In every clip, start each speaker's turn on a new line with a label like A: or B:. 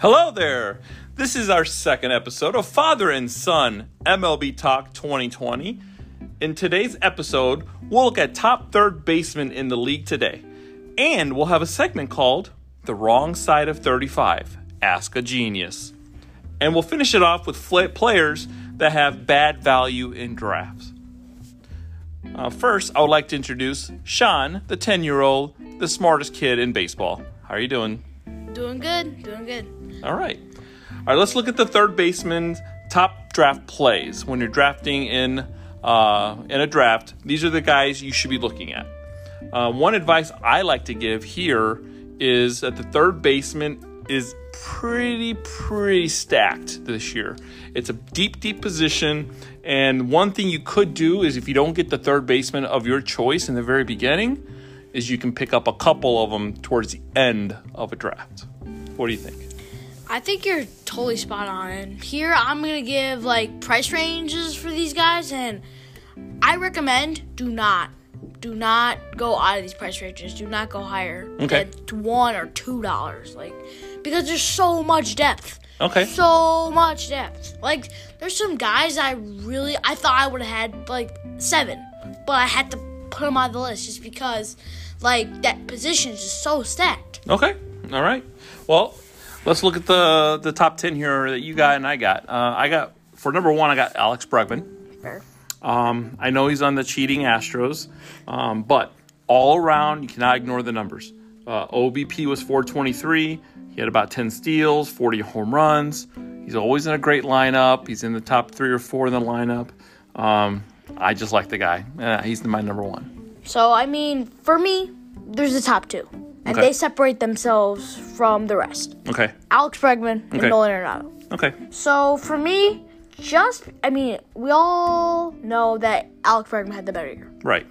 A: Hello there. This is our second episode of Father and Son MLB Talk 2020. In today's episode, we'll look at top third baseman in the league today. And we'll have a segment called The Wrong Side of 35 Ask a Genius. And we'll finish it off with fla- players that have bad value in drafts. Uh, first, I would like to introduce Sean, the 10 year old, the smartest kid in baseball. How are you doing?
B: Doing good, doing good.
A: All right. All right, let's look at the third baseman's top draft plays. When you're drafting in uh, in a draft, these are the guys you should be looking at. Uh, one advice I like to give here is that the third baseman is pretty, pretty stacked this year. It's a deep, deep position. And one thing you could do is if you don't get the third baseman of your choice in the very beginning, is you can pick up a couple of them towards the end of a draft. What do you think?
B: I think you're totally spot on. Here, I'm gonna give like price ranges for these guys, and I recommend do not, do not go out of these price ranges. Do not go higher
A: Okay.
B: than one or two dollars, like because there's so much depth.
A: Okay.
B: So much depth. Like there's some guys I really I thought I would have had like seven, but I had to put them on the list just because like that position is just so stacked.
A: Okay. All right. Well, let's look at the the top ten here that you got and I got. Uh, I got for number one, I got Alex Bregman. Um, I know he's on the cheating Astros, um, but all around you cannot ignore the numbers. Uh, OBP was 423. He had about 10 steals, 40 home runs. He's always in a great lineup. He's in the top three or four in the lineup. Um, I just like the guy. Uh, he's my number one.
B: So I mean, for me, there's the top two, and
A: Okay.
B: they separate themselves from the rest.
A: Okay.
B: Alex Bregman
A: Okay.
B: and Nolan Arenado.
A: Okay.
B: So for me, just I mean, we all know that Alex Bregman had the better year,
A: Right.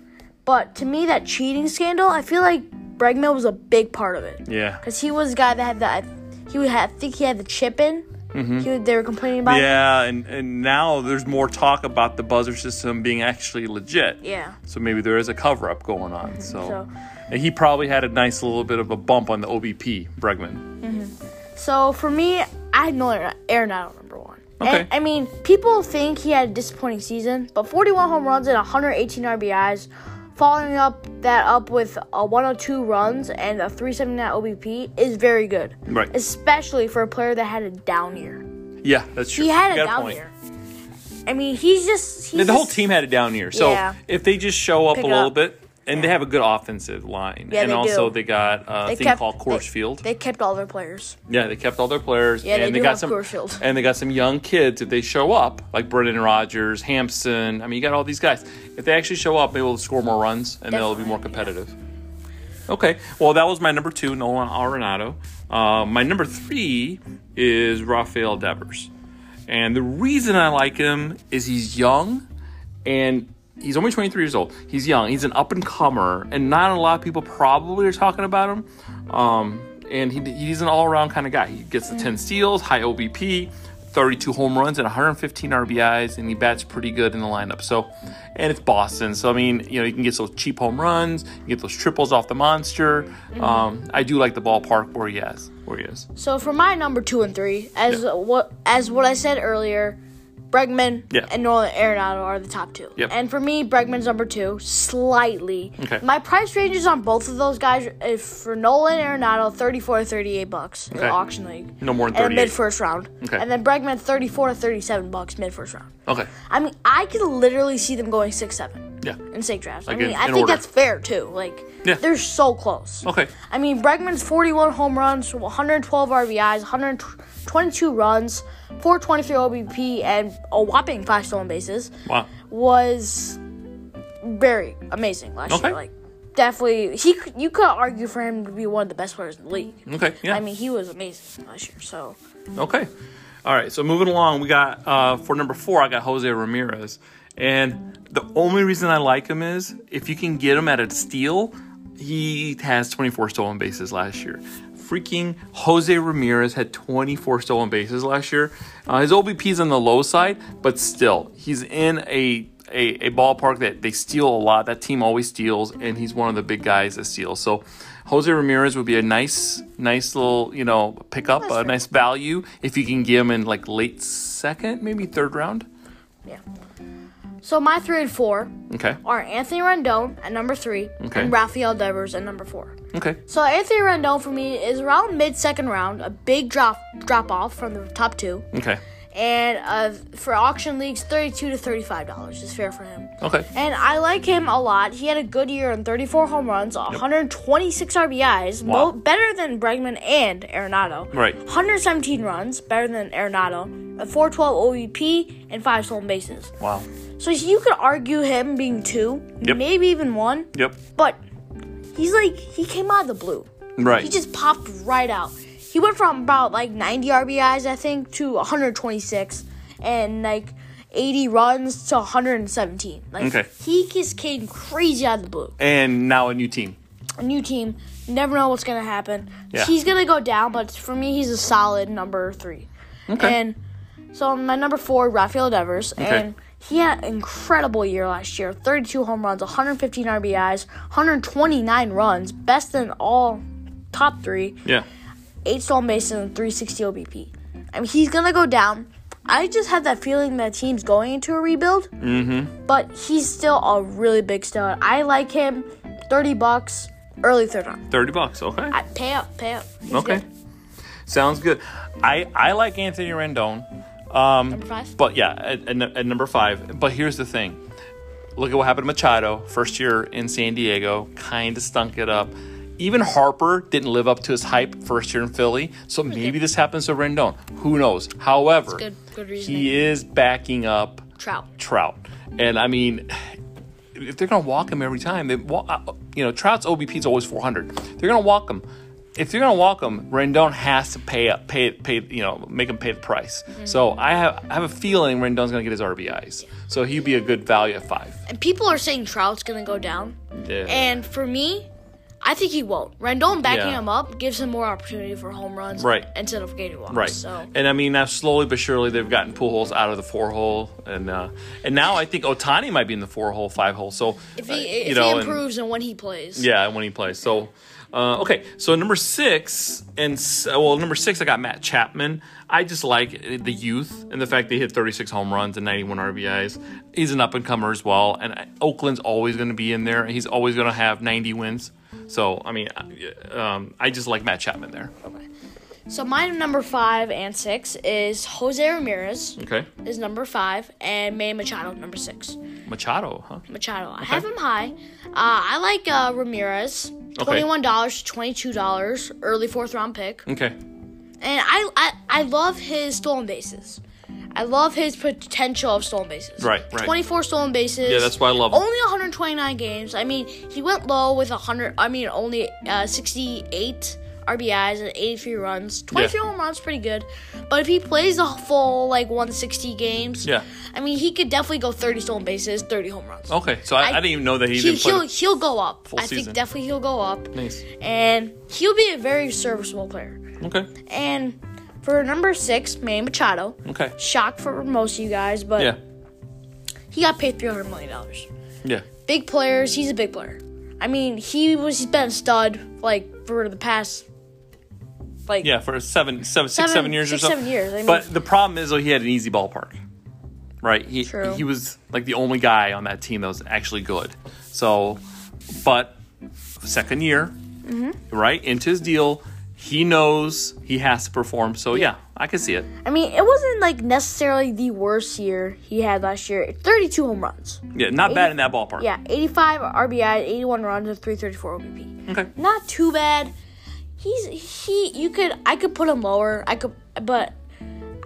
B: but to me, that cheating scandal, I feel like Bregman was a big part of it
A: Yeah.
B: because he was the guy that had the he would have, I think he had the chip in. He would, they were complaining about.
A: Mm-hmm. Yeah, and, and now there's more talk about the buzzer system being actually legit.
B: Yeah.
A: So maybe there is a cover up going on. So,
B: So-
A: And he probably had a nice little bit of a bump on the OBP, Bregman.
B: So for me, I had Nolan Arenado number one.
A: Okay.
B: And, I mean, people think he had a disappointing season, but 41 home runs and 118 RBIs, following up that up with a 102 runs and a 379 OBP is very good.
A: Right.
B: Especially for a player that had a down year.
A: Yeah, that's true.
B: He had
A: You
B: a
A: got
B: down
A: point.
B: year. I mean, he's just he's
A: And the whole
B: just-
A: team had a down year. So
B: Yeah.
A: if they just show up
B: Pick
A: a
B: it
A: little
B: up.
A: bit, and they have a good offensive line,
B: Yeah,
A: and
B: they
A: also
B: do.
A: they got uh, a
B: they
A: thing
B: kept-
A: called Coors
B: they-
A: Field.
B: They kept all their players.
A: yeah, they kept all their players.
B: Yeah,
A: and
B: they do
A: got
B: have
A: some
B: Coors Field.
A: and they got some young kids. If they show up, like Brendan Rodgers, Hampson, I mean, you got all these guys. If they actually show up, maybe they'll score more runs and they'll be
B: Definitely,
A: more competitive. Okay, well, that was my number two, Nolan Arenado. Uh, my number three is Rafael Devers, and the reason I like him is he's young, and he's only 23 years old. He's young. He's an up and comer, and not a lot of people probably are talking about him. Um, and he, he's an all around kind of guy. He gets the 10 steals, high OBP, 32 home runs, and 115 RBIs, and he bats pretty good in the lineup. So, and it's Boston. So I mean, you know, you can get those cheap home runs, you get those triples off the monster. Um, I do like the ballpark where he has where he is.
B: So for my number two and three, as what as what I said earlier, Bregman
A: Yeah.
B: and Nolan Arenado are the top two.
A: Yep.
B: And for me, Bregman's number two, slightly.
A: Okay.
B: My price ranges on both of those guys is for Nolan Arenado, thirty-four to thirty-eight bucks in
A: Okay.
B: the auction league.
A: No more than
B: And mid
A: 38.
B: first round.
A: Okay.
B: And then Bregman, thirty-four to thirty-seven bucks mid first round.
A: Okay,
B: I mean, I could literally see them going six, seven
A: yeah,
B: in state drafts.
A: Like
B: I mean,
A: in-
B: I
A: in
B: think
A: order.
B: that's fair too. Like,
A: Yeah.
B: they're so close.
A: okay,
B: I mean, Bregman's 41 home runs, 112 RBIs, 122 runs, 423 OBP, and a whopping five stolen bases
A: wow,
B: was very amazing last
A: Okay.
B: year. Like, definitely, he c- you could argue for him to be one of the best players in the league.
A: okay, yeah.
B: I mean, he was amazing last year. So,
A: Okay. All right. So moving along, we got uh, for number four, I got Jose Ramirez, and the only reason I like him is if you can get him at a steal, he has 24 stolen bases last year. Freaking Jose Ramirez had 24 stolen bases last year. Uh, his OBP is on the low side, but still, he's in a a, a ballpark that they steal a lot. That team always steals, and he's one of the big guys that steals. So Jose Ramirez would be a nice, nice little, you know, pickup, a nice value if you can get him in like late second, maybe third round.
B: Yeah. So my three and four
A: Okay.
B: are Anthony Rendon at number three
A: Okay.
B: and Rafael Devers at number four.
A: Okay.
B: So Anthony Rendon for me is around mid second round, a big drop drop off from the top two,
A: Okay.
B: and uh, for auction leagues, thirty two to thirty five dollars is fair for him.
A: Okay.
B: And I like him a lot. He had a good year in 34 home runs, 126 RBIs,
A: Wow.
B: mo- better than Bregman and Arenado.
A: Right.
B: 117 runs, better than Arenado, a 412 OEP, E and five stolen bases.
A: Wow.
B: So you could argue him being two,
A: Yep.
B: maybe even one,
A: Yep.
B: but he's like, he came out of the blue.
A: Right.
B: He just popped right out. He went from about like 90 RBIs, I think, to 126 and like 80 runs to 117. Like
A: Okay.
B: he just came crazy out of the blue.
A: and now a new team.
B: A new team, never know what's gonna happen.
A: Yeah.
B: He's gonna go down, but for me, he's a solid number three.
A: Okay.
B: And so my number four, Rafael Devers, and he had an incredible year last year. 32 home runs, 115 RBIs, 129 runs, best in all top three
A: yeah.
B: eight stolen bases and 360 OBP. I mean, he's gonna go down. I just have that feeling that team's going into a rebuild, mm-hmm. but he's still a really big stud. I like him. Thirty bucks, early third round.
A: Thirty bucks. Okay.
B: I, pay up, pay up. He's
A: okay.
B: good.
A: Sounds good. I I like Anthony Rendon. Um,
B: Number five?
A: But yeah, at, at, nu- at number five. But here's the thing. Look at what happened to Machado first year in San Diego. Kind of stunk it up. Even Harper didn't live up to his hype first year in Philly. So maybe this happens to Rendon. Who knows? However,
B: Good, good reasoning.
A: he is backing up
B: Trout.
A: Trout. And I mean, if they're going to walk him every time, they wa- uh, you know, Trout's OBP is always 400. They're going to walk him. If they're going to walk him, Rendon has to pay up, pay, pay, you know, make him pay the price.
B: Mm-hmm.
A: So I have, I have a feeling Rendon's going to get his RBIs. So he'd be a good value at five.
B: And people are saying Trout's gonna go down,
A: Yeah.
B: and for me, I think he won't. Rendon backing
A: Yeah.
B: him up gives him more opportunity for home runs,
A: Right.
B: Instead of getting walks,
A: Right,
B: So
A: and I mean now slowly but surely they've gotten pool holes out of the four hole, and uh, and now I think Otani might be in the four hole, five hole. So
B: if
A: uh,
B: he if
A: you know,
B: he
A: and-
B: improves and, when he plays,
A: Yeah, when he plays. So, uh, okay. So number six and s- well, number six, I got Matt Chapman. I just like the youth and the fact that he hit 36 home runs and 91 RBIs. He's an up and comer as well, and I- Oakland's always going to be in there. He's always going to have 90 wins. So, I mean, I- um, I just like Matt Chapman there.
B: So my number five and six is Jose Ramirez
A: Okay,
B: is number five and Manny Machado number six.
A: Machado, huh?
B: Machado, I have him high. Uh, I like uh, Ramirez, twenty one dollars to twenty two dollars, early fourth round pick, and
A: Okay,
B: I, I I love his stolen bases. I love his potential of stolen bases.
A: Right, right.
B: Twenty four stolen bases.
A: Yeah, that's why I love him.
B: Only one hundred twenty nine games. I mean, he went low with hundred. I mean, only uh, sixty eight. RBIs and 83 runs. 23 home runs, pretty good. But if he plays the full like 160 games,
A: Yeah.
B: I mean he could definitely go 30 stolen bases, 30 home runs
A: okay. So I, I, didn't even know that he,
B: he,
A: didn't play.
B: will he'll go up. I
A: season.
B: think definitely he'll go up.
A: Nice.
B: And he'll be a very serviceable player.
A: the- okay,
B: And for number six, Manny Machado.
A: okay,
B: Shock for most of you guys, but
A: yeah,
B: he got paid three hundred million dollars.
A: yeah,
B: Big players. He's a big player. I mean, he was he's been a stud like for the past like
A: yeah. For seven, seven, six,
B: Seven-
A: seven years
B: six,
A: or so.
B: seven years, I mean-
A: but the problem is, though, he had an easy ballpark, right? He
B: True.
A: he was like the only guy on that team that was actually good. So, but second year,
B: Mm-hmm.
A: right into his deal, he knows he has to perform. So yeah, I can see it.
B: I mean, it wasn't like necessarily the worst year he had last year. Thirty two home runs.
A: Yeah, not bad in that ballpark.
B: Yeah, 85 RBI, 81 runs, and 334 OBP.
A: Okay.
B: Not too bad. He's he. You could I could put him lower. I could, but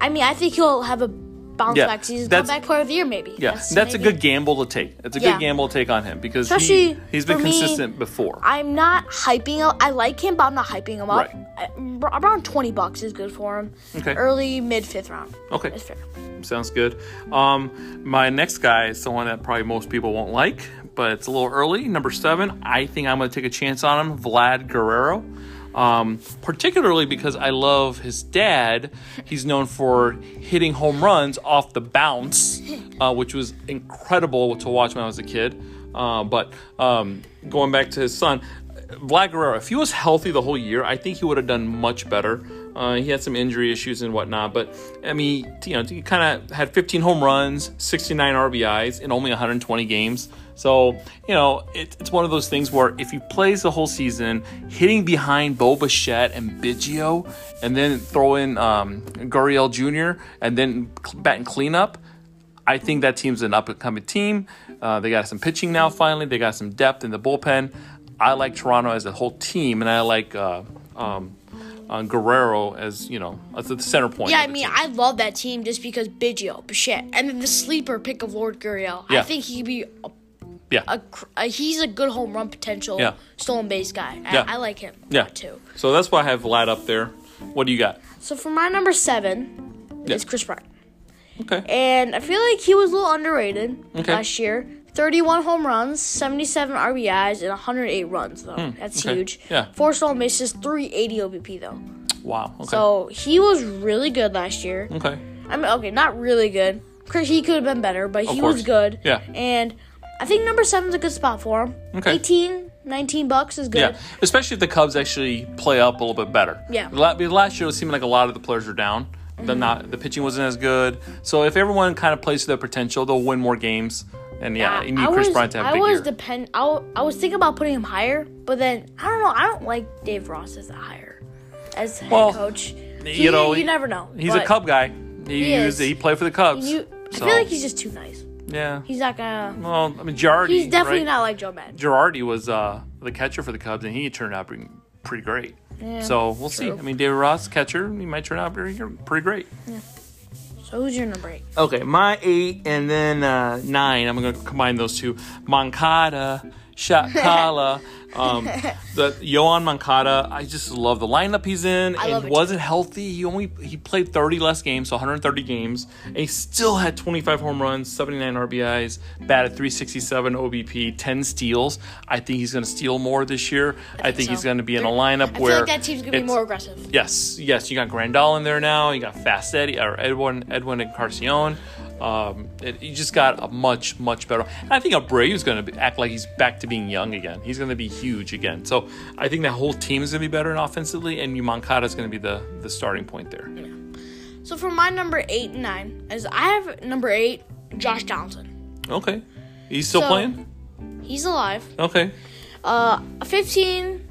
B: I mean I think he'll have a bounce
A: Yeah,
B: back season,
A: that's-
B: comeback player of the year maybe.
A: Yeah, that's, a
B: maybe.
A: good gamble to take. It's a
B: Yeah.
A: good gamble to take on him because he,
B: Especially
A: he's been
B: for me,
A: consistent before.
B: I'm not hyping up. I like him, but I'm not hyping him up.
A: Right.
B: I- r- around 20 bucks is good for him.
A: Okay. Oh.
B: Early mid fifth round.
A: Okay.
B: Is fair.
A: Sounds good. Um, my next guy is someone that probably most people won't like, but it's a little early. Number seven, I think I'm going to take a chance on him, Vlad Guerrero. um, particularly because I love his dad. He's known for hitting home runs off the bounce, uh, which was incredible to watch when I was a kid. Uh, but um, going back to his son, Vlad Guerrero, if he was healthy the whole year, I think he would have done much better. Uh, he had some injury issues and whatnot, but I mean, you know, he kind of had 15 home runs, 69 RBIs in only 120 games. So, you know, it, it's one of those things where if he plays the whole season, hitting behind Bo Bichette and Biggio, and then throw in um, Gurriel Jr., and then batting cleanup, I think that team's an up and coming team. Uh, they got some pitching now, finally. They got some depth in the bullpen. I like Toronto as a whole team, and I like uh, um, uh, Guerrero as you know as the center point.
B: Yeah,
A: of
B: I
A: the
B: mean,
A: team.
B: I love that team just because Biggio, Bichette, and then the sleeper pick of Lord Gurriel.
A: Yeah.
B: I think he could be a,
A: yeah,
B: a, cr- a he's a good home run potential
A: Yeah.
B: stolen base guy. I,
A: Yeah.
B: I like him. a
A: yeah,
B: lot, too.
A: So that's why I have Vlad up there. What do you got?
B: So for my number seven
A: Yeah.
B: is Chris Martin,
A: Okay,
B: and I feel like he was a little underrated
A: Okay.
B: last year. 31 home runs, 77 RBIs, and 108 runs, though. That's
A: Hmm, okay.
B: huge.
A: Yeah.
B: Four stolen bases, 380 OBP, though.
A: wow. Okay,
B: So he was really good last year.
A: okay,
B: I mean, okay, not really good. Chris, he could have been better, but he
A: course.
B: was good.
A: Yeah.
B: And I think number seven's a good spot for him.
A: Okay.
B: 18, 19 bucks is good.
A: yeah. Especially if the Cubs actually play up a little bit better.
B: Yeah. Mm-hmm.
A: La- because Last year it seemed like a lot of the players were down. The not the pitching wasn't as good. So if everyone kind of plays to their potential, they'll win more games. And yeah, you need
B: Uh, I
A: Chris
B: was,
A: Bryant to have a
B: I
A: big
B: was
A: year.
B: depend. I, w- I was thinking about putting him higher, but then I don't know. I don't like Dave Ross as a higher, as head
A: Well,
B: coach.
A: you know,
B: you never know.
A: He's a
B: but
A: Cub guy. He
B: He
A: was-
B: is.
A: he played for the Cubs.
B: You, I
A: So,
B: feel like he's just too nice.
A: yeah.
B: He's not gonna.
A: Well, I mean, Girardi.
B: He's definitely
A: right?
B: not like Joe Madden.
A: Girardi was uh, the catcher for the Cubs, and he turned out being pretty great.
B: Yeah,
A: so we'll see.
B: true.
A: I mean, David Ross, catcher, he might turn out pretty, pretty great.
B: So who's your number eight?
A: Okay, my eight and then uh, nine. I'm gonna combine those two. Moncada, Shakala, um, the Yohan Moncada. I just love the lineup he's in.
B: I
A: and
B: love it, too.
A: wasn't healthy. He only he played 30 less games, so 130 games. And he still had 25 home runs, 79 RBIs, batted 367 OBP, 10 steals. I think he's gonna steal more this year. I, think
B: so.
A: he's gonna be in a
B: They're-
A: lineup
B: I feel
A: where
B: like that team's gonna be
A: it's-
B: more aggressive.
A: Yes, yes, you got Grandal in there now. You got Fast Eddie or Edwin Edwin and Carcion. Um, it, you just got a much much better. And I think Abreu's going to act like he's back to being young again. He's going to be huge again. So I think that whole team is going to be better and offensively, and Moncada is going to be the the starting point there.
B: So for my number eight and nine is I have number eight, Josh Donaldson.
A: Okay, he's still
B: So-
A: playing.
B: He's alive.
A: Okay,
B: Uh, fifteen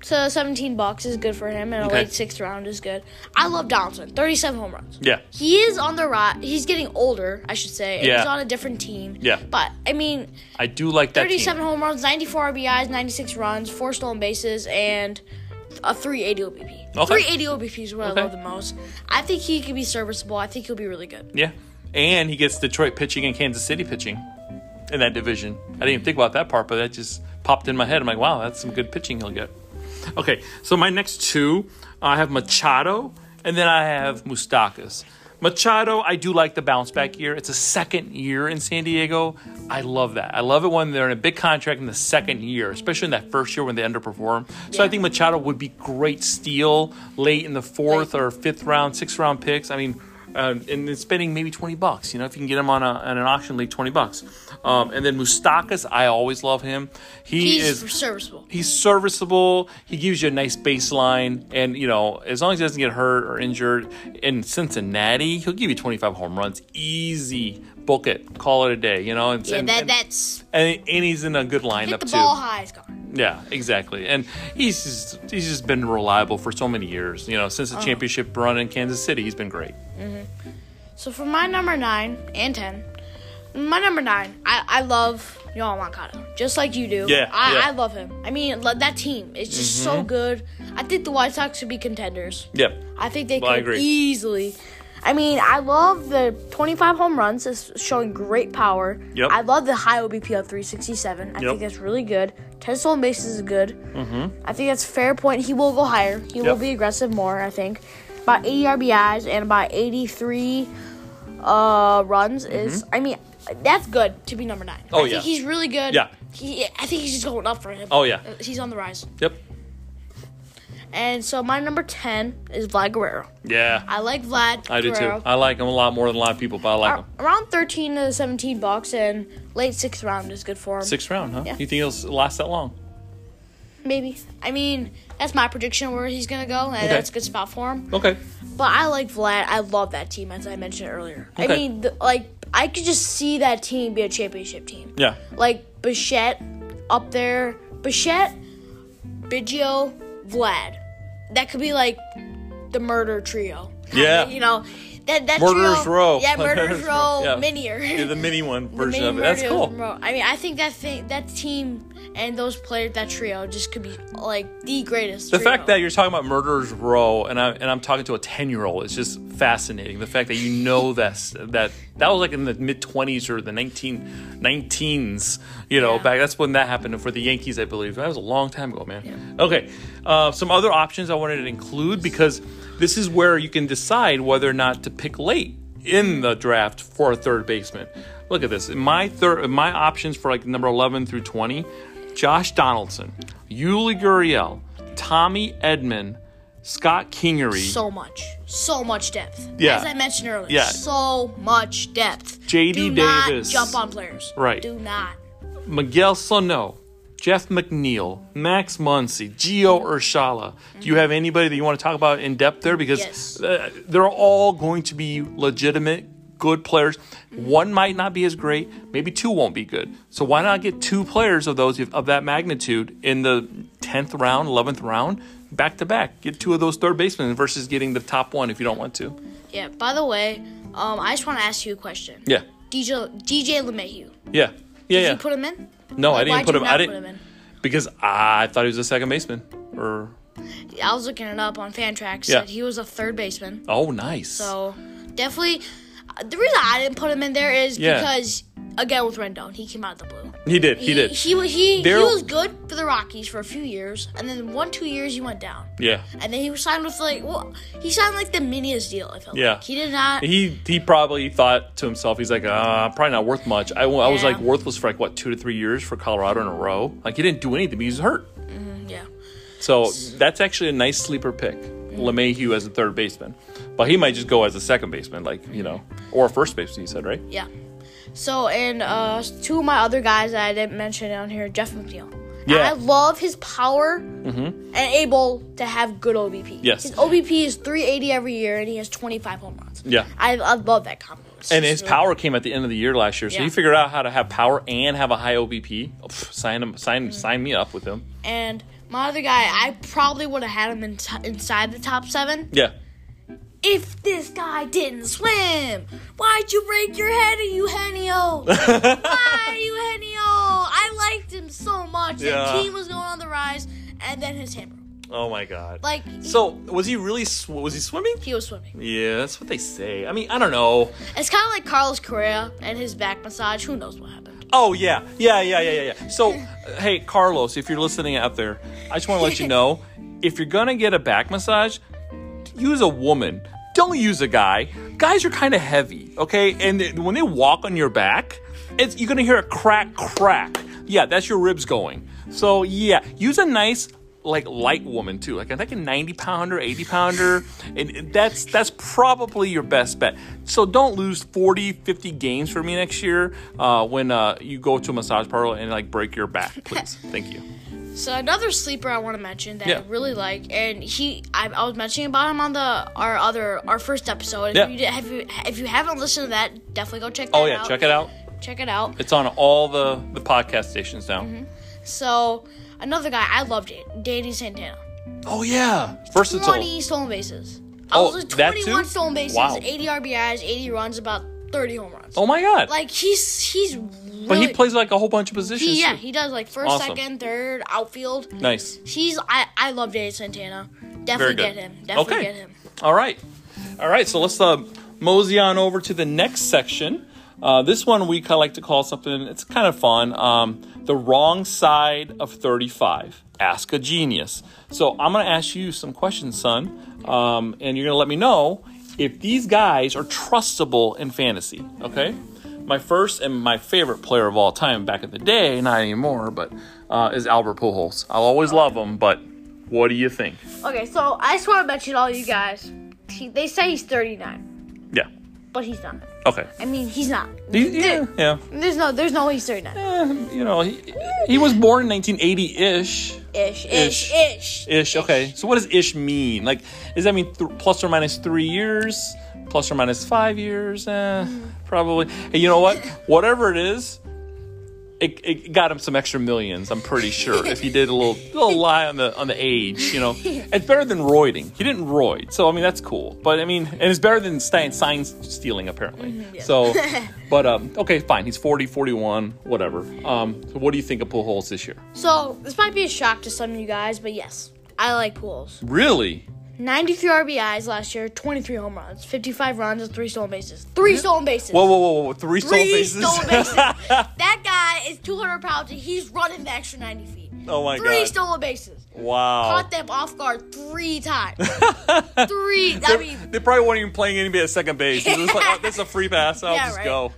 B: to seventeen bucks is good for him, and
A: Okay.
B: a late sixth round is good. I love Donaldson. Thirty-seven home runs.
A: yeah,
B: He is on the right. He's getting older, I should say. and
A: Yeah.
B: He's on a different team.
A: Yeah.
B: But I mean,
A: I do like that
B: thirty-seven
A: team.
B: home runs, ninety-four RBIs, ninety-six runs, four stolen bases, and a three eighty OBP.
A: Okay.
B: Three eighty OBP is what
A: Okay.
B: I love the most. I think he could be serviceable. I think he'll be really good.
A: Yeah, and he gets Detroit pitching and Kansas City pitching in that division. I didn't even think about that part, but that just popped in my head. I'm like, wow, that's some good pitching he'll get. Okay, so my next two, I have Machado, and then I have Mustakas. Machado, I do like the bounce back year. It's a second year in San Diego. I love that. I love it when they're in a big contract in the second year, especially in that first year when they underperform. So I
B: Yeah.
A: think Machado would be great steal late in the fourth or fifth round, sixth round picks. I mean, uh, and it's spending maybe 20 bucks, you know, if you can get him on, a, on an auction league, 20 bucks. Um, and then Mustakas, I always love him. He
B: He's
A: is
B: serviceable.
A: he's serviceable. He gives you a nice baseline, and you know, as long as he doesn't get hurt or injured in Cincinnati, he'll give you 25 home runs, easy. Book it, call it a day. You know, and
B: Yeah,
A: and,
B: that
A: and,
B: that's
A: and, and he's in a good lineup
B: hit the
A: too.
B: ball high. It's gone.
A: Yeah, exactly. And he's just he's just been reliable for so many years. You know, since
B: Oh.
A: the championship run in Kansas City, he's been great.
B: So for my number nine and ten, my number nine, I, I love Yohan Moncada just like you do.
A: Yeah, Mm-hmm.
B: I,
A: yeah.
B: I love him. I mean lo- that team is just so good. I think the White Sox should be contenders.
A: Yep.
B: I think they
A: Well, I
B: could
A: agree.
B: easily. I mean, I love the 25 home runs. It's showing great power.
A: Yep.
B: I love the high OBP of 367. I
A: Yep. Mm-hmm.
B: think that's really good. 10 stolen bases is good. I think that's fair point. He will go higher. He will
A: Yep.
B: be aggressive more, I think. About 80 RBIs and about 83 uh, runs is, I mean, that's good to be number nine.
A: Mm-hmm. Oh,
B: I
A: yeah.
B: think he's really good.
A: Yeah.
B: He, I think Uh, he's just going up for him.
A: Oh, yeah.
B: He's on the rise.
A: Yep.
B: And so my number 10 is Vlad Guerrero.
A: Yeah,
B: I like Vlad
A: I do
B: Guerrero.
A: too. I like him a lot more than a lot of people, but I like
B: Ar-
A: him.
B: Around 13 to 17 bucks and late sixth round is good for him.
A: Sixth round, huh?
B: Yeah.
A: You think he'll last that long?
B: Maybe. I mean, that's my prediction where he's going to go, and
A: Okay.
B: that's a good spot for him.
A: Okay.
B: But I like Vlad. I love that team, as I mentioned earlier. I
A: Okay.
B: mean, the, like, I could just see that team be a championship team.
A: Yeah.
B: Like, Bichette up there. Bichette, Biggio, Vlad. That could be, like, the murder trio. Kinda,
A: Yeah.
B: You know, that, that
A: Murderer's
B: trio,
A: Row.
B: Yeah, Murderer's Row,
A: Yeah.
B: Minier.
A: Yeah, the mini one
B: The
A: version
B: mini
A: of it. That's
B: Murderer's
A: cool.
B: Row. I mean, I think that thing, that team and those players, that trio, just could be like the greatest.
A: The
B: trio.
A: fact that you're talking about Murderers Row and I and I'm talking to a ten year old is just fascinating. The fact that you know that's that that was like in the mid twenties or the 19, 19s, you know,
B: Yeah.
A: back that's when that happened for the Yankees, I believe. That was a long time ago, man. Okay, uh, some other options I wanted to include because this is where you can decide whether or not to pick late in the draft for a third baseman. Look at this. My third, my options for like number eleven through twenty: Josh Donaldson, Yuli Gurriel, Tommy Edmond, Scott Kingery,
B: so much, so much depth.
A: Yeah.
B: As I mentioned earlier,
A: Yeah.
B: so much depth.
A: J.D.
B: Do not
A: Davis.
B: jump on players.
A: Right.
B: Do not.
A: Miguel Sano, Jeff McNeil, Max Muncy, Gio Urshala. Do you have anybody that you want to talk about in depth there? Because
B: Yes.
A: uh, they're all going to be legitimate, good players. One might not be as great, maybe two won't be good. So why not get two players of those of that magnitude in the tenth round, eleventh round, back to back? Get two of those third basemen versus getting the top one if you don't want to.
B: Yeah. By the way, um, I just want to ask you a question.
A: Yeah,
B: DJ DJ LeMahieu.
A: yeah, yeah,
B: Did
A: yeah.
B: you put him in?
A: no, I
B: Why'd
A: didn't put
B: you
A: him.
B: not
A: I didn't
B: Put him
A: because I thought he was a second baseman or.
B: in? I was looking it up on Fantrax.
A: Yeah.
B: Said he was a third baseman.
A: Oh, nice.
B: So definitely, uh, the reason I didn't put him in there is
A: Yeah.
B: because again with Rendon, he came out of the blue.
A: he did. He, did.
B: He he, he, he
A: There-
B: was good for the Rockies for a few years, and then one two years he went down.
A: yeah.
B: And then he was signed with like well, he signed like the miniest deal. I felt
A: Yeah.
B: like he did not.
A: He he probably thought to himself, he's like, uh, I'm probably not worth much. I, wa- I was
B: Yeah.
A: like worthless for like what two to three years for Colorado in a row. Like he didn't do anything. He was hurt.
B: yeah,
A: So that's actually a nice sleeper pick, LeMahieu as a third baseman, but he might just go as a second baseman, like you know, or a first baseman. You said right?
B: yeah. So and uh, two of my other guys that I didn't mention on here, Jeff McNeil.
A: Yeah. Mm-hmm.
B: I love his power and able to have good OBP.
A: Yes.
B: His OBP is 380 every year, and he has 25 home runs.
A: Yeah.
B: I, I love that combo. It's
A: And
B: just
A: his
B: really-
A: power came at the end of the year last year, so
B: Yeah.
A: he figured out how to have power and have a high OBP. Pff, sign him, sign,
B: Mm-hmm.
A: sign me up with him.
B: And my other guy, I probably would have had him in inside the top seven.
A: Yeah,
B: If this guy didn't swim, why'd you break your head, Eugenio? Why, Eugenio? I liked him so much.
A: Yeah.
B: The team was going on the rise, and then his hammer.
A: Oh my god.
B: Like,
A: so was he really? Sw- was he swimming?
B: He was swimming.
A: Yeah, that's what they say. I mean, I don't know.
B: It's kind of like Carlos Correa and his back massage. Who knows what happened?
A: Oh yeah, yeah, yeah, yeah, yeah. yeah. So, uh, hey Carlos, if you're listening out there, I just want to let you know, if you're gonna get a back massage, use a woman. Don't use a guy. Guys are kind of heavy, okay? And th- when they walk on your back, it's you're gonna hear a crack, crack. Yeah, that's your ribs going. So yeah, use a nice like light woman too, like I think a 90 pounder, 80 pounder, and that's that's probably your best bet. So don't lose 40, 50 games for me next year uh, when uh, you go to a massage parlor and like break your back, please. Thank you.
B: So another sleeper I want to mention that
A: Yeah.
B: I really like, and he, I, I was mentioning about him on the our other our first episode. If
A: Yeah.
B: you did, have you if you haven't listened to that, definitely go check. That
A: Oh yeah, check it out.
B: Check it out.
A: It's on all the the podcast stations now.
B: So another guy I loved, it, Danny Santana.
A: Oh yeah, versatile.
B: Twenty stolen bases. I
A: Oh,
B: was like
A: that too?
B: twenty-one stolen bases,
A: Wow.
B: eighty RBIs, eighty runs, about thirty home runs.
A: Oh my god.
B: Like he's he's. Really,
A: but he plays like a whole bunch of positions.
B: He, yeah,
A: too.
B: he does like first,
A: Awesome.
B: second, third, outfield.
A: Nice.
B: He's I I love Danny Santana. Definitely
A: Very good.
B: get him. Definitely
A: Okay.
B: get him.
A: All right. All right. So let's uh, mosey on over to the next section. Uh, this one we kind of like to call something, it's kind of fun. Um, the wrong side of 35. Ask a genius. So I'm going to ask you some questions, son. Um, and you're going to let me know if these guys are trustable in fantasy. Okay. My first and my favorite player of all time back in the day, not anymore, but uh, is Albert Pujols. I'll always love him, but What do you think?
B: Okay, so I just want to mention all you guys. He, they say he's 39,
A: Yeah.
B: but he's not.
A: Okay.
B: I mean, he's not.
A: He- yeah, yeah.
B: There's no, there's no way he's 39.
A: Eh, you know, he, he was born in 1980-ish.
B: Ish,
A: Ish.
B: ish, ish.
A: Ish. Okay. So what does ish mean? Like, does that mean th- plus or minus three years? Plus or minus five years? Eh, probably. Hey, you know what? Whatever it is, it, it got him some extra millions. I'm pretty sure if he did a little little lie on the on the age. You know, it's better than roiding. He didn't roid, so I mean that's cool. But I mean, and it's better than sign, sign stealing apparently. So, but um, okay, fine. He's 40, 41, whatever. Um, so what do you think of pool holes this year?
B: So this might be a shock to some of you guys, but yes, I like pools.
A: Really?
B: 93 RBIs last year, 23 home runs, 55 runs, and three stolen bases. Three stolen bases.
A: Whoa, whoa, whoa, whoa! Three, stolen
B: Three
A: bases.
B: stolen bases. that guy is 200 pounds and he's running the extra 90 feet.
A: oh my
B: Three
A: god!
B: stolen bases.
A: wow.
B: Caught them off guard three times. three. I mean,
A: they probably weren't even playing anybody at second base. It's just like, oh, that's a free pass. I'll
B: Yeah,
A: just
B: right.
A: go.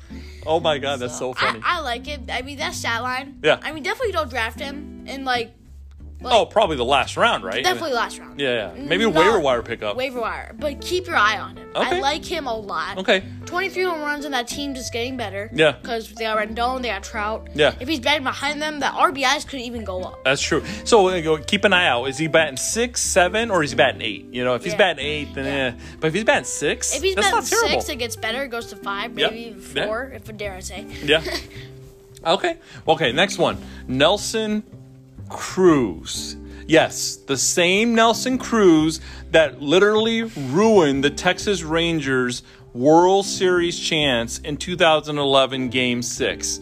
A: Oh my god, that's so, funny.
B: I, I like it. I mean, that stat line.
A: Yeah.
B: I mean, definitely don't draft him in like
A: oh, probably the last round, right?
B: definitely last round.
A: Yeah, yeah. Maybe a
B: No.
A: waiver wire pickup.
B: Waiver wire, but keep your eye on him.
A: Okay.
B: I like him a lot.
A: Okay.
B: 23 home runs and that team just getting better.
A: Yeah.
B: Because they got Rendon, they got Trout.
A: Yeah.
B: If he's batting behind them, the RBIs could even go up.
A: That's true. So uh, go- keep an eye out. Is he batting six, seven, or is he batting eight? You know, if he's
B: Yeah.
A: batting eight, then eh. but if he's batting six,
B: If he's
A: that's
B: batting
A: not terrible.
B: six, it gets better. It goes to five,
A: Yeah.
B: maybe even
A: Yeah.
B: four, if I dare I say.
A: Yeah. Okay. Okay, next one. Nelson Cruz. Yes, the same Nelson Cruz that literally ruined the Texas Rangers World Series chance in 2011 game 6.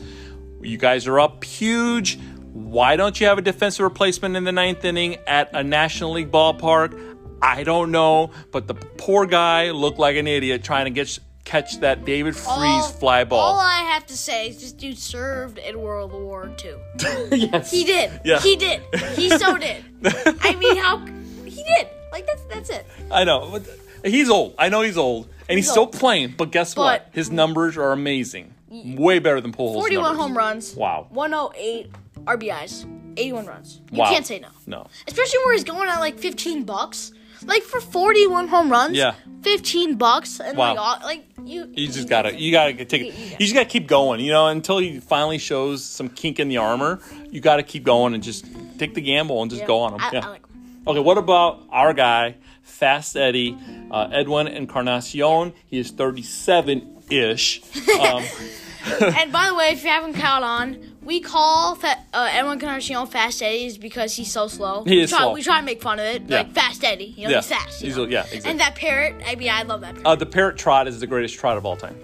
A: You guys are up huge. Why don't you have a defensive replacement in the ninth inning at a National League ballpark? I don't know, but the poor guy looked like an idiot trying to get catch that David Freeze
B: All-
A: fly ball.
B: All I have to say is this dude served in World War II.
A: yes.
B: He did.
A: Yeah.
B: He did. He so did. I mean, how he did. Like that's that's it.
A: I know. but He's old. I know he's old. And he's,
B: He's
A: still
B: old.
A: playing, but guess what?
B: But-
A: His numbers are amazing. Way better than Pujols.
B: Forty-one
A: numbers.
B: home runs.
A: Wow.
B: One hundred eight RBIs. Eighty-one runs. You
A: Wow.
B: can't say no.
A: No.
B: Especially where he's going at like fifteen bucks. Like for forty-one home runs.
A: Yeah.
B: Fifteen bucks and
A: Wow.
B: like all, like you.
A: You just gotta, you gotta take it.
B: You- you
A: You
B: got-
A: just gotta keep going, you know, until he finally shows some kink in the armor. You gotta keep going and just take the gamble and just
B: Yeah.
A: go on him.
B: I-
A: yeah.
B: I like him.
A: Okay, what about our guy, Fast Eddie, uh, Edwin Encarnacion? He is 37 ish. Um,
B: and by the way, if you haven't caught on, we call fa- uh, Edwin Encarnacion Fast Eddie's because he's so slow.
A: He
B: we
A: is
B: try,
A: slow.
B: We try to make fun of it,
A: Yeah.
B: like Fast Eddie. You know,
A: Yeah.
B: he's fast. you
A: He's
B: know?
A: a- yeah, exactly.
B: And that parrot, I mean, I love that parrot.
A: uh, the parrot trot is the greatest trot of all time.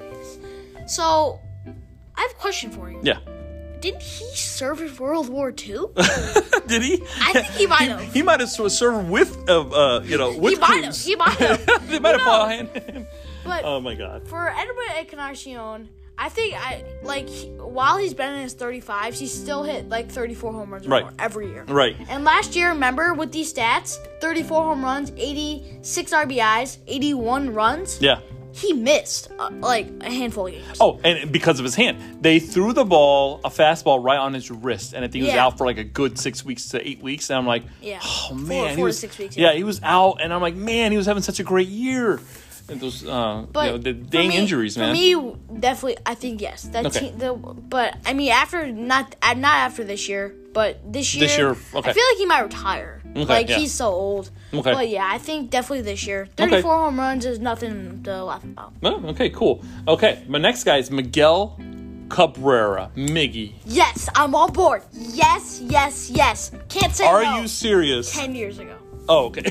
B: so, I have a question for you.
A: Yeah.
B: Didn't he serve in World War II?
A: Did he?
B: I think he might have.
A: He might have sort of served with, uh, uh, you know, with
B: he might have.
A: Cruz.
B: He might have.
A: they might have
B: Who
A: fought
B: knows?
A: hand in hand.
B: But
A: Oh my god.
B: for Edwin Encarnacion, I think I like he- while he's been in his 35s, he's still hit like 34 home runs or
A: Right.
B: more every year.
A: Right.
B: And last year, remember with these stats, 34 home runs, 86 RBIs, 81 runs.
A: Yeah.
B: He missed uh, like a handful of games.
A: Oh, and because of his hand, they threw the ball, a fastball, right on his wrist, and I think he was
B: Yeah.
A: out for like a good six weeks to eight weeks. And I'm like,
B: Yeah.
A: oh
B: Four-
A: man, he
B: four to
A: was,
B: six weeks,
A: Yeah.
B: yeah.
A: he was out, and I'm like, man, he was having such a great year. And those, uh,
B: But
A: you know, the
B: for
A: dang
B: me-
A: injuries, man.
B: For me, definitely, I think yes. That
A: Okay.
B: team, the, but I mean, after not uh, not after this year, but this year,
A: This year, okay.
B: I feel like he might retire. like
A: yeah.
B: he's so old.
A: Okay.
B: But yeah, I think definitely this year, thirty-four home runs is nothing to laugh about.
A: Oh, okay, cool. Okay, my next guy is Miguel Cabrera, Miggy.
B: Yes, I'm on board. Yes, yes, yes. Can't say
A: Are
B: no.
A: you serious?
B: Ten years ago.
A: Oh, okay.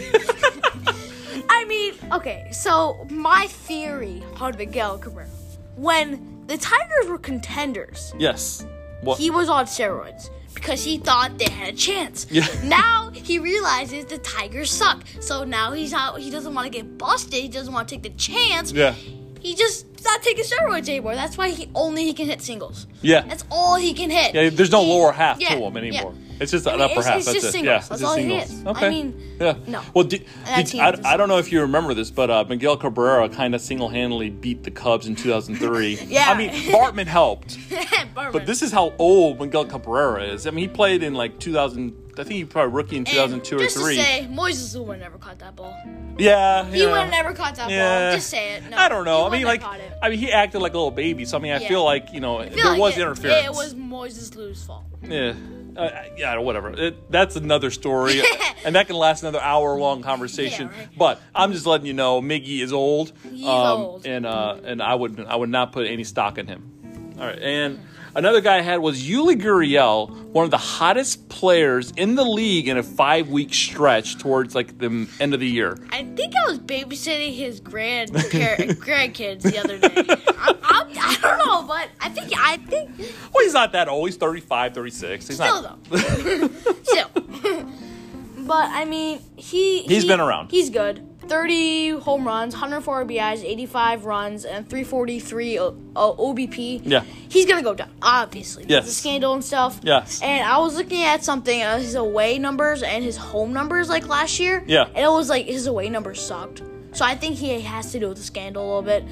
B: I mean, okay, so my theory on Miguel Cabrera, when the Tigers were contenders,
A: yes. What?
B: he was on steroids because he thought they had a chance.
A: Yeah.
B: Now he realizes the Tigers suck. So now he's out. He doesn't want to get busted. He doesn't want to take the chance.
A: yeah.
B: He just not taking steroids anymore. That's why he only he can hit singles.
A: Yeah.
B: That's all he can hit.
A: Yeah, there's no
B: He-
A: lower half
B: yeah,
A: to him anymore.
B: yeah.
A: It's just
B: I
A: an
B: mean,
A: upper
B: it's-
A: half.
B: it's
A: that's
B: just
A: it.
B: singles.
A: Yeah,
B: That's
A: it's
B: all
A: just
B: he
A: singles.
B: is. I
A: Okay.
B: mean,
A: yeah.
B: no.
A: Well, did,
B: that
A: did-
B: team
A: I,
B: just-
A: I don't know if you remember this, but uh, Miguel Cabrera kind of single-handedly beat the Cubs in 2003.
B: Yeah.
A: I mean, Bartman helped,
B: Barber.
A: but this is how old Miguel Cabrera is. I mean, he played in like 2000. I think he probably rookie in 2002
B: and
A: or
B: just
A: three.
B: To say, Moises Lou would never caught that ball.
A: yeah,
B: He
A: yeah.
B: would have never caught that
A: Yeah.
B: ball. Just say it. No,
A: I don't know.
B: he
A: I mean,
B: wouldn't
A: like,
B: have caught it.
A: I mean, he acted like a little baby. So I mean, I
B: Yeah.
A: feel like you know
B: I feel
A: there
B: like
A: was
B: it,
A: interference.
B: It was Moises Lou's fault.
A: Yeah. Uh, yeah, whatever. It, that's another story, and that can last another hour-long conversation.
B: Yeah, right.
A: But I'm just letting you know, Miggy is old,
B: He's old.
A: and uh, and I would I would not put any stock in him. All right, and another guy I had was Yuli Gurriel, one of the hottest players in the league in a five-week stretch towards like the end of the year.
B: I think I was babysitting his grand par- grandkids the other day. I, I'm, I don't know, but I think I think
A: Well, he's not that old. He's 35, 36. He's
B: still
A: not.
B: though. still, but I mean he
A: He's
B: he-
A: been around.
B: He's good. Thirty home runs, 104 RBIs, 85 runs, and 343 o- o- OBP.
A: Yeah.
B: he's gonna go down, obviously.
A: Yes.
B: the scandal and stuff.
A: Yes.
B: and I was looking at something uh, his away numbers and his home numbers like last year.
A: Yeah.
B: and it was like his away numbers sucked. So I think he has to do with the scandal a little bit.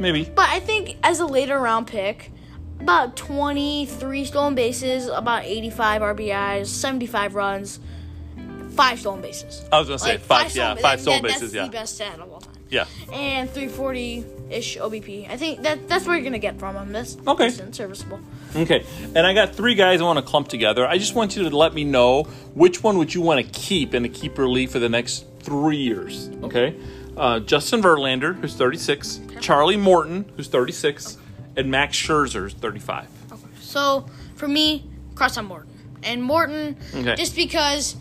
A: Maybe.
B: But I think as a later round pick, about 23 stolen bases, about 85 RBIs, 75 runs, five stolen bases.
A: I was gonna say
B: Like,
A: five. yeah,
B: stolen-
A: five
B: that-
A: stolen
B: that-
A: bases.
B: That's
A: Yeah.
B: the best stat of all time.
A: Yeah.
B: And 340 ish OBP. I think that that's what you're gonna get from him. That's
A: Okay.
B: decent, serviceable.
A: Okay, and I got three guys I want to clump together. I just want you to let me know which one would you want to keep in the keeper league for the next three years. Okay, uh, Justin Verlander, who's 36, Charlie Morton, who's 36, and Max Scherzer, who's 35.
B: So for me, cross on Morton. And Morton,
A: Okay.
B: just because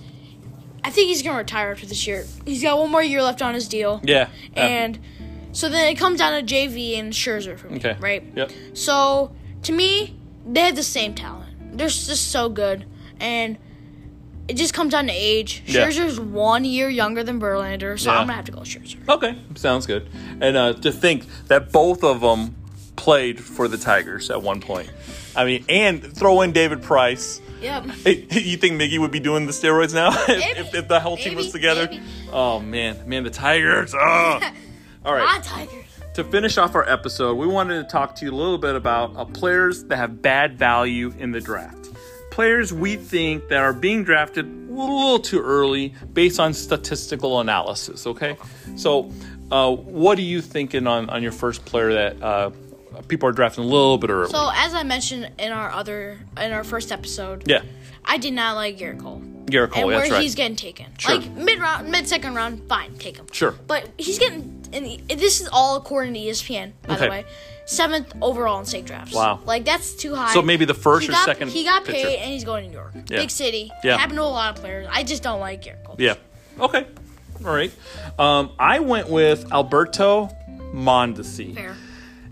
B: I think he's gonna retire after this year. He's got one more year left on his deal.
A: Yeah. yeah.
B: And so then it comes down to JV and Scherzer for me,
A: okay,
B: right?
A: Yep.
B: So to me, they have the same talent. They're just so good, and it just comes down to age.
A: Yeah.
B: Scherzer's one year younger than Verlander, so
A: Yeah.
B: I'm gonna have to go with Scherzer.
A: Okay, sounds good. And uh, to think that both of them played for the Tigers at one point. I mean, and throw in David Price.
B: Yep.
A: Hey, you think Miggy would be doing the steroids now if,
B: Maybe.
A: if, if the whole team was
B: Maybe,
A: together?
B: maybe.
A: Oh man, man, the Tigers! Ugh. All
B: Ah,
A: right.
B: Tigers.
A: To finish off our episode, we wanted to talk to you a little bit about uh, players that have bad value in the draft. Players we think that are being drafted a little too early based on statistical analysis. Okay, so uh, what are you thinking on on your first player that uh, people are drafting a little bit early?
B: So as I mentioned in our other in our first episode,
A: yeah,
B: I did not like Garrett Cole.
A: Garrett
B: and
A: Cole.
B: where
A: That's right.
B: he's getting taken.
A: Sure.
B: Like mid round, mid second round, fine, take him.
A: Sure.
B: But he's getting, and he- this is all according to E ESPN, by
A: Okay.
B: the way, seventh overall in state drafts.
A: Wow.
B: Like that's too high.
A: So maybe the first
B: he
A: or
B: got,
A: second
B: He got
A: pitcher.
B: paid, and he's going to New York,
A: Yeah.
B: big city.
A: Yeah.
B: Happened to a lot of players. I just don't like Garrett Cole.
A: Yeah. Okay. All right. Um, I went with Alberto Mondesi.
B: Fair.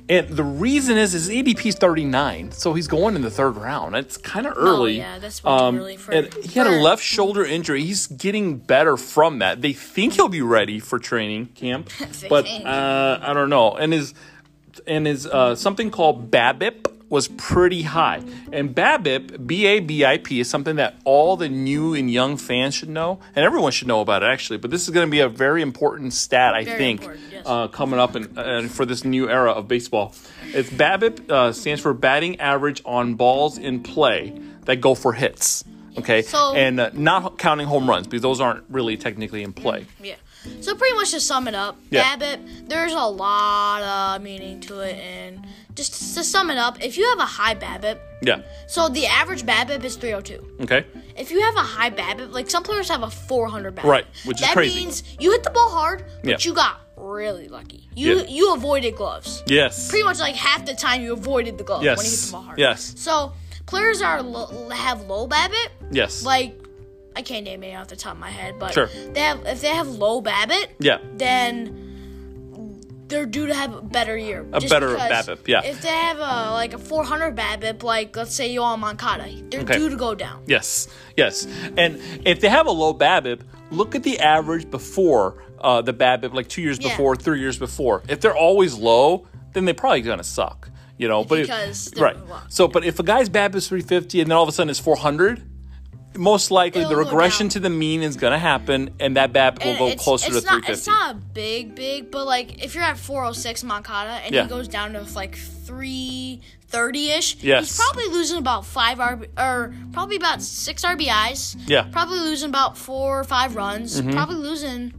A: And the reason is his ABP is 39, so he's going in the third round. It's kind of early.
B: Oh,
A: um,
B: yeah, that's way too early for-
A: and he had a
B: for-
A: left shoulder injury. He's getting better from that. They think he'll be ready for training camp,
B: They
A: but
B: think.
A: uh, I don't know. And his and his uh, something called BABIP was pretty high. And BABIP, B A B I P, is something that all the new and young fans should know, and everyone should know about it actually. But this is going to be a very important stat, I
B: Very
A: think,
B: important, yes.
A: uh, coming up and uh, for this new era of baseball. It's BABIP uh, stands for batting average on balls in play that go for hits. Okay,
B: So-
A: and uh, not counting home runs because those aren't really technically in play.
B: Yeah. So pretty much to sum it up,
A: Yeah.
B: BABIP, there's a lot of meaning to it, and just to sum it up, if you have a high BABIP,
A: Yeah.
B: so the average BABIP is 302.
A: Okay.
B: If you have a high BABIP, like some players have a 400 BABIP,
A: Right, which is
B: that
A: crazy.
B: means you hit the ball hard, but
A: Yeah.
B: you got really lucky. You
A: Yeah.
B: you avoided gloves.
A: Yes.
B: Pretty much like half the time you avoided the gloves when you hit
A: Yes.
B: the ball hard.
A: Yes.
B: So players are lo- have low BABIP.
A: Yes.
B: Like I can't name any off the top of my head, but
A: Sure.
B: they have if they have low BABIP,
A: Yeah.
B: then they're due to have a better year.
A: A
B: Just
A: better
B: because
A: BABIP, yeah.
B: If they have a like a 400 BABIP, like let's say you on Moncada, they're
A: Okay.
B: due to go down.
A: Yes, yes. And if they have a low BABIP, look at the average before uh, the BABIP, like two years
B: Yeah.
A: before, three years before. If they're always low, then they're probably gonna suck, you know. But if-
B: Because they're
A: right,
B: low.
A: so but if a guy's BABIP's 350 and then all of a sudden it's 400, most likely
B: It'll
A: the
B: go
A: regression
B: down.
A: to the mean is going to happen, and that BAP will
B: And
A: go
B: it's-
A: closer
B: it's
A: to
B: not,
A: 350.
B: It's not big, big, but like if you're at 406 Moncada and
A: Yeah.
B: he goes down to like 330 ish,
A: Yes.
B: he's probably losing about five RB or probably about six RBIs.
A: Yeah. Mm-hmm.
B: probably losing about four or five runs. Probably losing.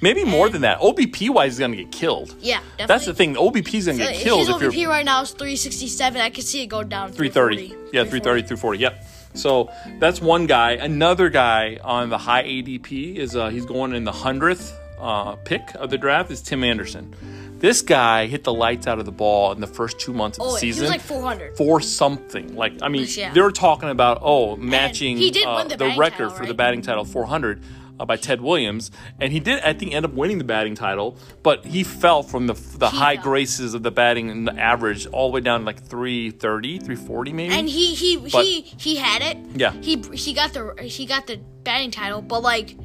A: Maybe more than that. OBP wise is going to get killed.
B: Yeah, definitely.
A: That's the thing. OBP is going to
B: Like,
A: get killed
B: His
A: if you're
B: OVP right now is 367. I could see it go down. to
A: 330. Yeah, 330, 340. Yep. So that's one guy. Another guy on the high ADP is uh, he's going in the hundredth uh, pick of the draft is Tim Anderson. This guy hit the lights out of the ball in the first two months of
B: Oh,
A: the
B: wait, he was
A: season
B: like 400.
A: for something. Like I mean,
B: Yeah.
A: they were talking about oh matching
B: he did
A: uh,
B: win the
A: the
B: batting
A: record
B: title,
A: for the
B: right?
A: batting title 400 uh, by Ted Williams, and he did I think end up winning the batting title, but he fell from the the
B: He
A: high
B: fell.
A: graces of the batting and the average all the way down to like 330, 340 maybe.
B: And he he
A: But-
B: he he had it.
A: Yeah.
B: He he got the he got the batting title, but like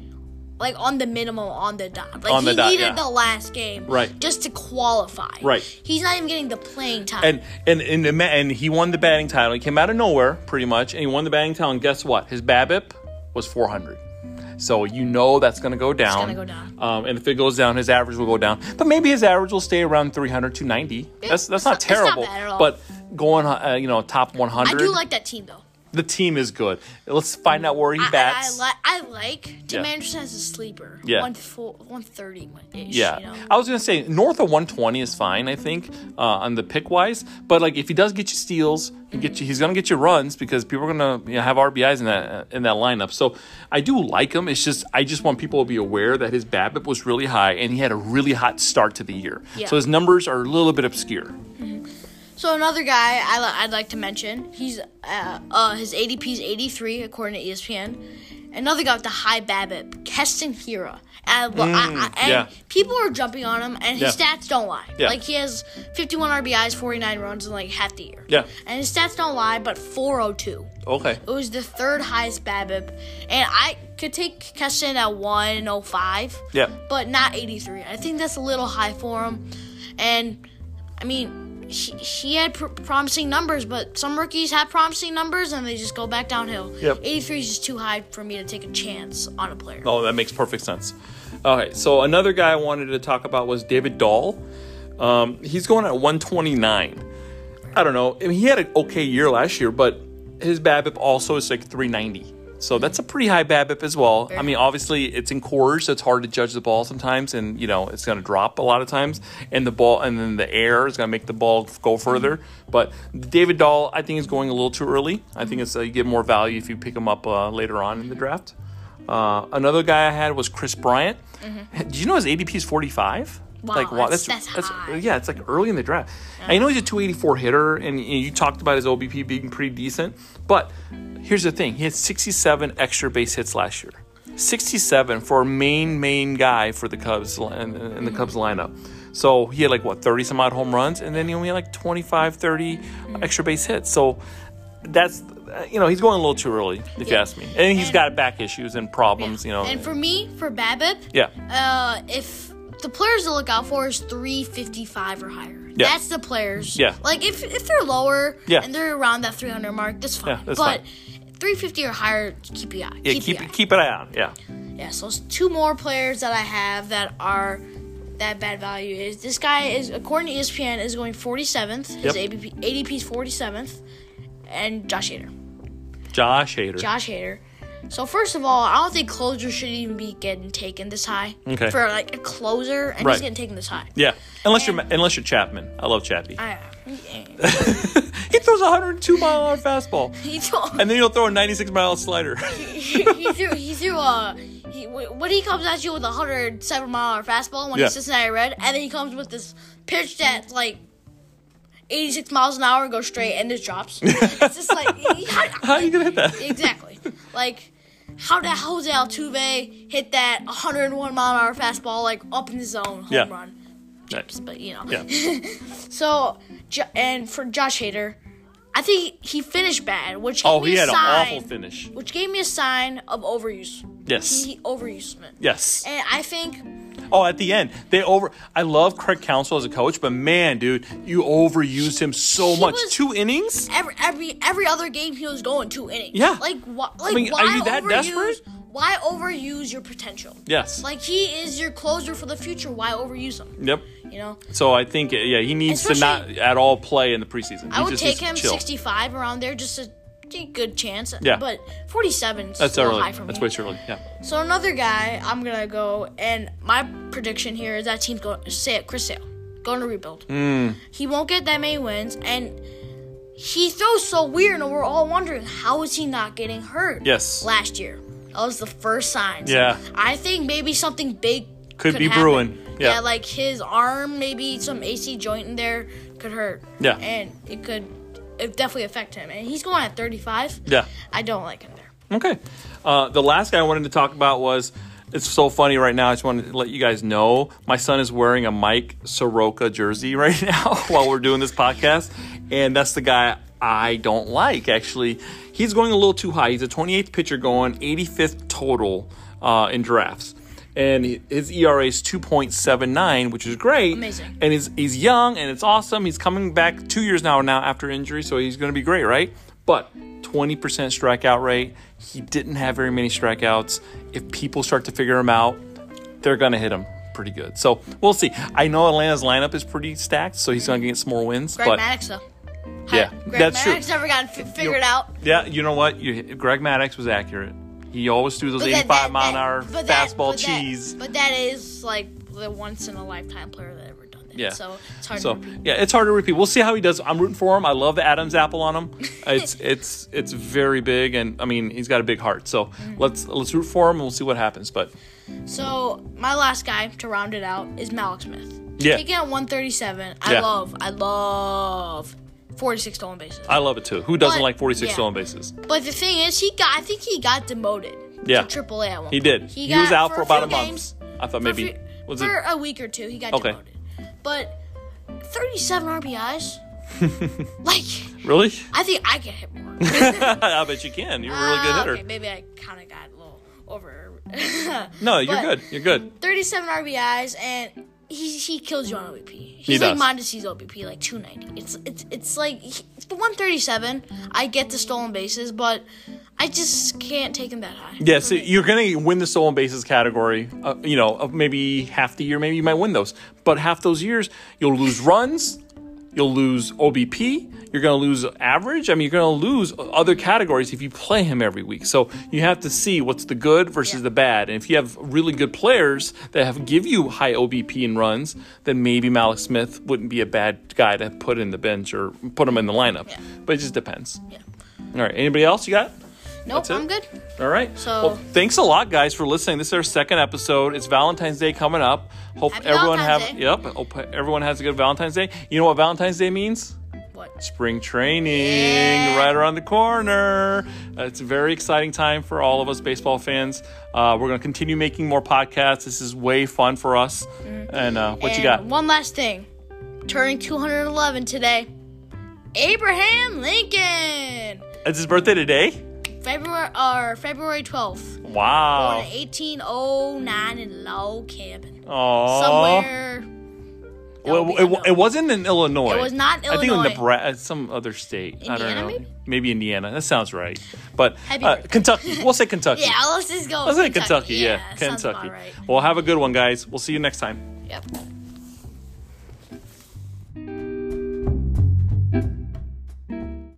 B: like on the minimum on the dot. Like
A: On
B: he
A: the dot,
B: needed
A: yeah.
B: the last game
A: Right.
B: just to qualify.
A: Right.
B: He's not even getting the playing time.
A: and and and the ma- and he won the batting title. He came out of nowhere pretty much, and he won the batting title. And guess what? His BABIP was 400. So you know that's going to go down.
B: gonna go down.
A: Um, and if it goes down, his average will go down. But maybe his average will stay around 300, 290. That's that's not
B: it's not- it's not
A: terrible.
B: bad at all.
A: But going uh, you know top 100,
B: I do like that team though.
A: the team is good. Let's find out where he
B: I, I,
A: bats.
B: I, li- I like Tim
A: Yeah.
B: Anderson as a sleeper.
A: Yeah.
B: One four, 130 ish.
A: Yeah,
B: You know?
A: I was gonna say north of 120 is fine, I think, uh, on the pick wise. But like, if he does get you steals, he get you, he's gonna get you runs because people are gonna you know, have RBIs in that uh, in that lineup. So I do like him. It's just I just want people to be aware that his BABIP was really high and he had a really hot start to the year.
B: Yeah.
A: So his numbers are a little bit obscure.
B: So another guy I li- I'd like to mention, he's uh, uh, his ADP is 83 according to E ESPN. Another guy with the high BABIP, Keston Hira. And, I lo- I, I, and
A: Mm, yeah.
B: people are jumping on him, and his
A: Yeah.
B: stats don't lie.
A: Yeah.
B: Like he has 51 RBIs, 49 runs in like half the year.
A: Yeah.
B: And his stats don't lie, but 402.
A: Okay.
B: It was the third highest BABIP, and I could take Keston at 105.
A: Yeah.
B: But not 83. I think that's a little high for him, and I mean, he, he had pr- promising numbers, but some rookies have promising numbers and they just go back downhill.
A: Yep.
B: 83 is just too high for me to take a chance on a player.
A: Oh, that makes perfect sense. Okay, so another guy I wanted to talk about was David Dahl. Um, he's going at 129. I don't know. I mean, he had an okay year last year, but his BABIP also is like 390. So that's a pretty high BABIP as well. I mean, obviously it's in quarters, so it's hard to judge the ball sometimes, and you know it's going to drop a lot of times, and the ball and then the air is going to make the ball go further. But David Dahl, I think, is going a little too early. I think it's uh, you get more value if you pick him up uh, later on in the draft. Uh, another guy I had was Chris Bryant. Did you know his ADP is 45?
B: Mm-hmm. Wow, that's- that's high.
A: yeah, it's like early in the draft. I know he's a 284 hitter, and, and you talked about his OBP being pretty decent. But here's the thing: he had 67 extra base hits last year. 67 for a main main guy for the Cubs li- in, in
B: Mm-hmm.
A: the Cubs lineup. So he had like what 30 some odd home runs, and then he only had like 25, 30
B: Mm-hmm.
A: extra base hits. So that's uh, you know he's going a little too early if you
B: Yeah.
A: ask me, and he's
B: And-
A: got back issues and problems. You know,
B: And for me, for BABIP,
A: yeah.
B: uh, if the players to look out for is 355 or higher.
A: Yeah.
B: That's the players.
A: Yeah.
B: Like if, if they're lower
A: Yeah.
B: and they're around that 300 mark, that's fine.
A: Yeah, that's
B: but
A: fine.
B: 350 or higher, keep your eye.
A: Yeah,
B: keep,
A: keep
B: your eye.
A: keep an eye on. Yeah,
B: Yeah, so it's two more players that I have that are that bad value is this guy is according to E ESPN is going 47th. His
A: Yep.
B: ADP, ADP is 47th, and Josh Hader.
A: Josh Hader.
B: Josh Hader. So first of all, I don't think closers should even be getting taken this high
A: Okay.
B: for like a closer, and
A: Right.
B: he's getting taken this high.
A: yeah, unless you're unless you're Chapman. I love Chappie.
B: I, yeah.
A: he throws a 102 mile an hour fastball,
B: he, threw,
A: and then he'll throw a 96 mile slider.
B: he threw he threw a he, when he comes at you with a 107 mile an hour fastball when
A: Yeah.
B: he's Cincinnati Red, and then he comes with this pitch that's like 86 miles an hour and goes straight and just drops. it's just like
A: How are you gonna hit that?
B: exactly like how did Jose Altuve hit that 101 mile an hour fastball like up in the zone home
A: Yeah.
B: run?
A: Nice.
B: But you know,
A: Yeah,
B: so Jo- and for Josh Hader, I think he finished bad, which gave
A: Oh,
B: me
A: he
B: a
A: had an
B: sign,
A: awful finish.
B: which gave me a sign of overuse.
A: Yes.
B: He overused it.
A: Yes.
B: And I think
A: Oh, at the end, they over. I love Craig Council as a coach, but man, dude, you overused him so
B: He
A: much.
B: was-
A: Two innings.
B: every every every other game he was going two innings.
A: Yeah.
B: Like what? Like
A: mean, are
B: why
A: you that
B: overuse?
A: desperate?
B: Why overuse your potential?
A: Yes.
B: Like he is your closer for the future. Why overuse him?
A: Yep.
B: You know.
A: So I think yeah, he needs to
B: Especially-
A: not at all play in the preseason.
B: I
A: he
B: would
A: just
B: take
A: needs to
B: him
A: chill.
B: 65 around there, just a take good chance.
A: Yeah.
B: But 47 is
A: That's
B: still
A: early.
B: high for me.
A: That's way too early. Yeah.
B: So another guy, I'm gonna go, and my prediction here is that team's going say it, Chris Sale, going to rebuild.
A: Hmm.
B: He won't get that many wins, and he throws so weird, and we're all wondering how is he not getting hurt?
A: Yes.
B: Last year, that was the first sign.
A: Yeah.
B: I think maybe something big
A: Could be
B: happen.
A: brewing. Yeah.
B: yeah, like his arm, maybe some AC joint in there could hurt.
A: Yeah.
B: and it could it definitely affect him, and he's going at 35.
A: Yeah.
B: I don't like him there.
A: Okay. Uh, the last guy I wanted to talk about was it's so funny right now. I just wanted to let you guys know my son is wearing a Mike Soroka jersey right now while we're doing this podcast. And that's the guy I don't like, actually. He's going a little too high. He's a 28th pitcher going, 85th total uh, in drafts. And his ERA is 2.79, which is great.
B: Amazing.
A: And he's, he's young and it's awesome. He's coming back two years now now after injury, so he's going to be great, right? But 20% strikeout rate. He didn't have very many strikeouts. If people start to figure him out, they're going to hit him pretty good. So we'll see. I know Atlanta's lineup is pretty stacked, so he's going to get some more wins.
B: Greg
A: but
B: Maddox though.
A: yeah,
B: Greg
A: that's
B: Maddox
A: true.
B: never got fi- figured out.
A: Yeah, you know what? You, Greg Maddox was accurate. He always threw those
B: But
A: 85
B: that- that-
A: mile an
B: that-
A: hour
B: but that-
A: fastball
B: but that-
A: cheese.
B: but that is like the once in a lifetime player that ever done that.
A: Yeah.
B: So it's hard
A: So
B: to repeat.
A: yeah, it's hard to repeat. We'll see how he does. I'm rooting for him. I love the Adam's apple on him. It's it's it's very big, and I mean he's got a big heart. So
B: Mm.
A: let's let's root for him, and we'll see what happens. But
B: So my last guy to round it out is Malik Smith.
A: Yeah.
B: Taking out 137. I
A: Yeah.
B: love. I love 46 stolen bases.
A: I love it too. Who doesn't
B: But-
A: like 46
B: yeah.
A: stolen bases?
B: But the thing is, he got. I think he got demoted.
A: Yeah.
B: To AAA at one.
A: He did.
B: point.
A: He, was out for,
B: a
A: about a
B: few
A: month.
B: games-
A: I thought
B: for a
A: maybe
B: few-
A: was
B: for
A: it
B: a week or two. He got
A: Okay.
B: demoted. But 37 RBIs. like.
A: really?
B: I think I can hit more.
A: I bet you can. You're a really good
B: Ah,
A: hitter.
B: Okay, maybe I kind of got a little over.
A: No, you're
B: But
A: good. You're good.
B: 37 RBIs and he he kills you on OBP. He's
A: does.
B: like Mondesi's OBP, like 290. It's it's it's like he, it's the 137. I get the stolen bases, but I just can't take him that high.
A: Yeah,
B: For
A: so
B: me.
A: you're going to win the stolen bases category, uh, you know, of maybe half the year, maybe you might win those. But half those years, you'll lose runs, you'll lose OBP, you're going to lose average. I mean, you're going to lose other categories if you play him every week. So you have to see what's the good versus
B: Yeah.
A: the bad. And if you have really good players that have give you high OBP and runs, then maybe Malik Smith wouldn't be a bad guy to put in the bench or put him in the lineup.
B: Yeah.
A: But it just depends.
B: Yeah.
A: All right, anybody else you got?
B: Nope,
A: that's it?
B: I'm good.
A: All right.
B: So-
A: well, thanks a lot, guys, for listening. This is our second episode. It's Valentine's Day coming up. Hope
B: Happy
A: everyone
B: Valentine's
A: have
B: Day.
A: yep. Hope everyone has a good Valentine's Day. You know what Valentine's Day means?
B: What?
A: Spring training
B: Yeah.
A: right around the corner. Uh, It's a very exciting time for all of us baseball fans. Uh, we're going to continue making more podcasts. This is way fun for us. And uh, what you
B: Mm-hmm. And
A: got?
B: One last thing. Turning 211 today. Abraham Lincoln.
A: It's his birthday today.
B: February or February 12th. Born
A: Wow.
B: in 1809 in Low Cabin.
A: Aww.
B: somewhere. that
A: Well,
B: would be
A: it, wa-
B: unknown.
A: it wasn't in Illinois.
B: It was not
A: I think it was
B: Illinois.
A: Nebraska, some other state. I don't
B: Indiana,
A: know.
B: maybe?
A: Indiana. That sounds right. But
B: Happy
A: uh,
B: birthday.
A: Kentucky. We'll say Kentucky.
B: yeah, let's just go.
A: Let's say
B: with
A: Kentucky. Yeah,
B: sounds about
A: Kentucky.
B: right.
A: Well, have a good one, guys. We'll see you next time.
B: Yep.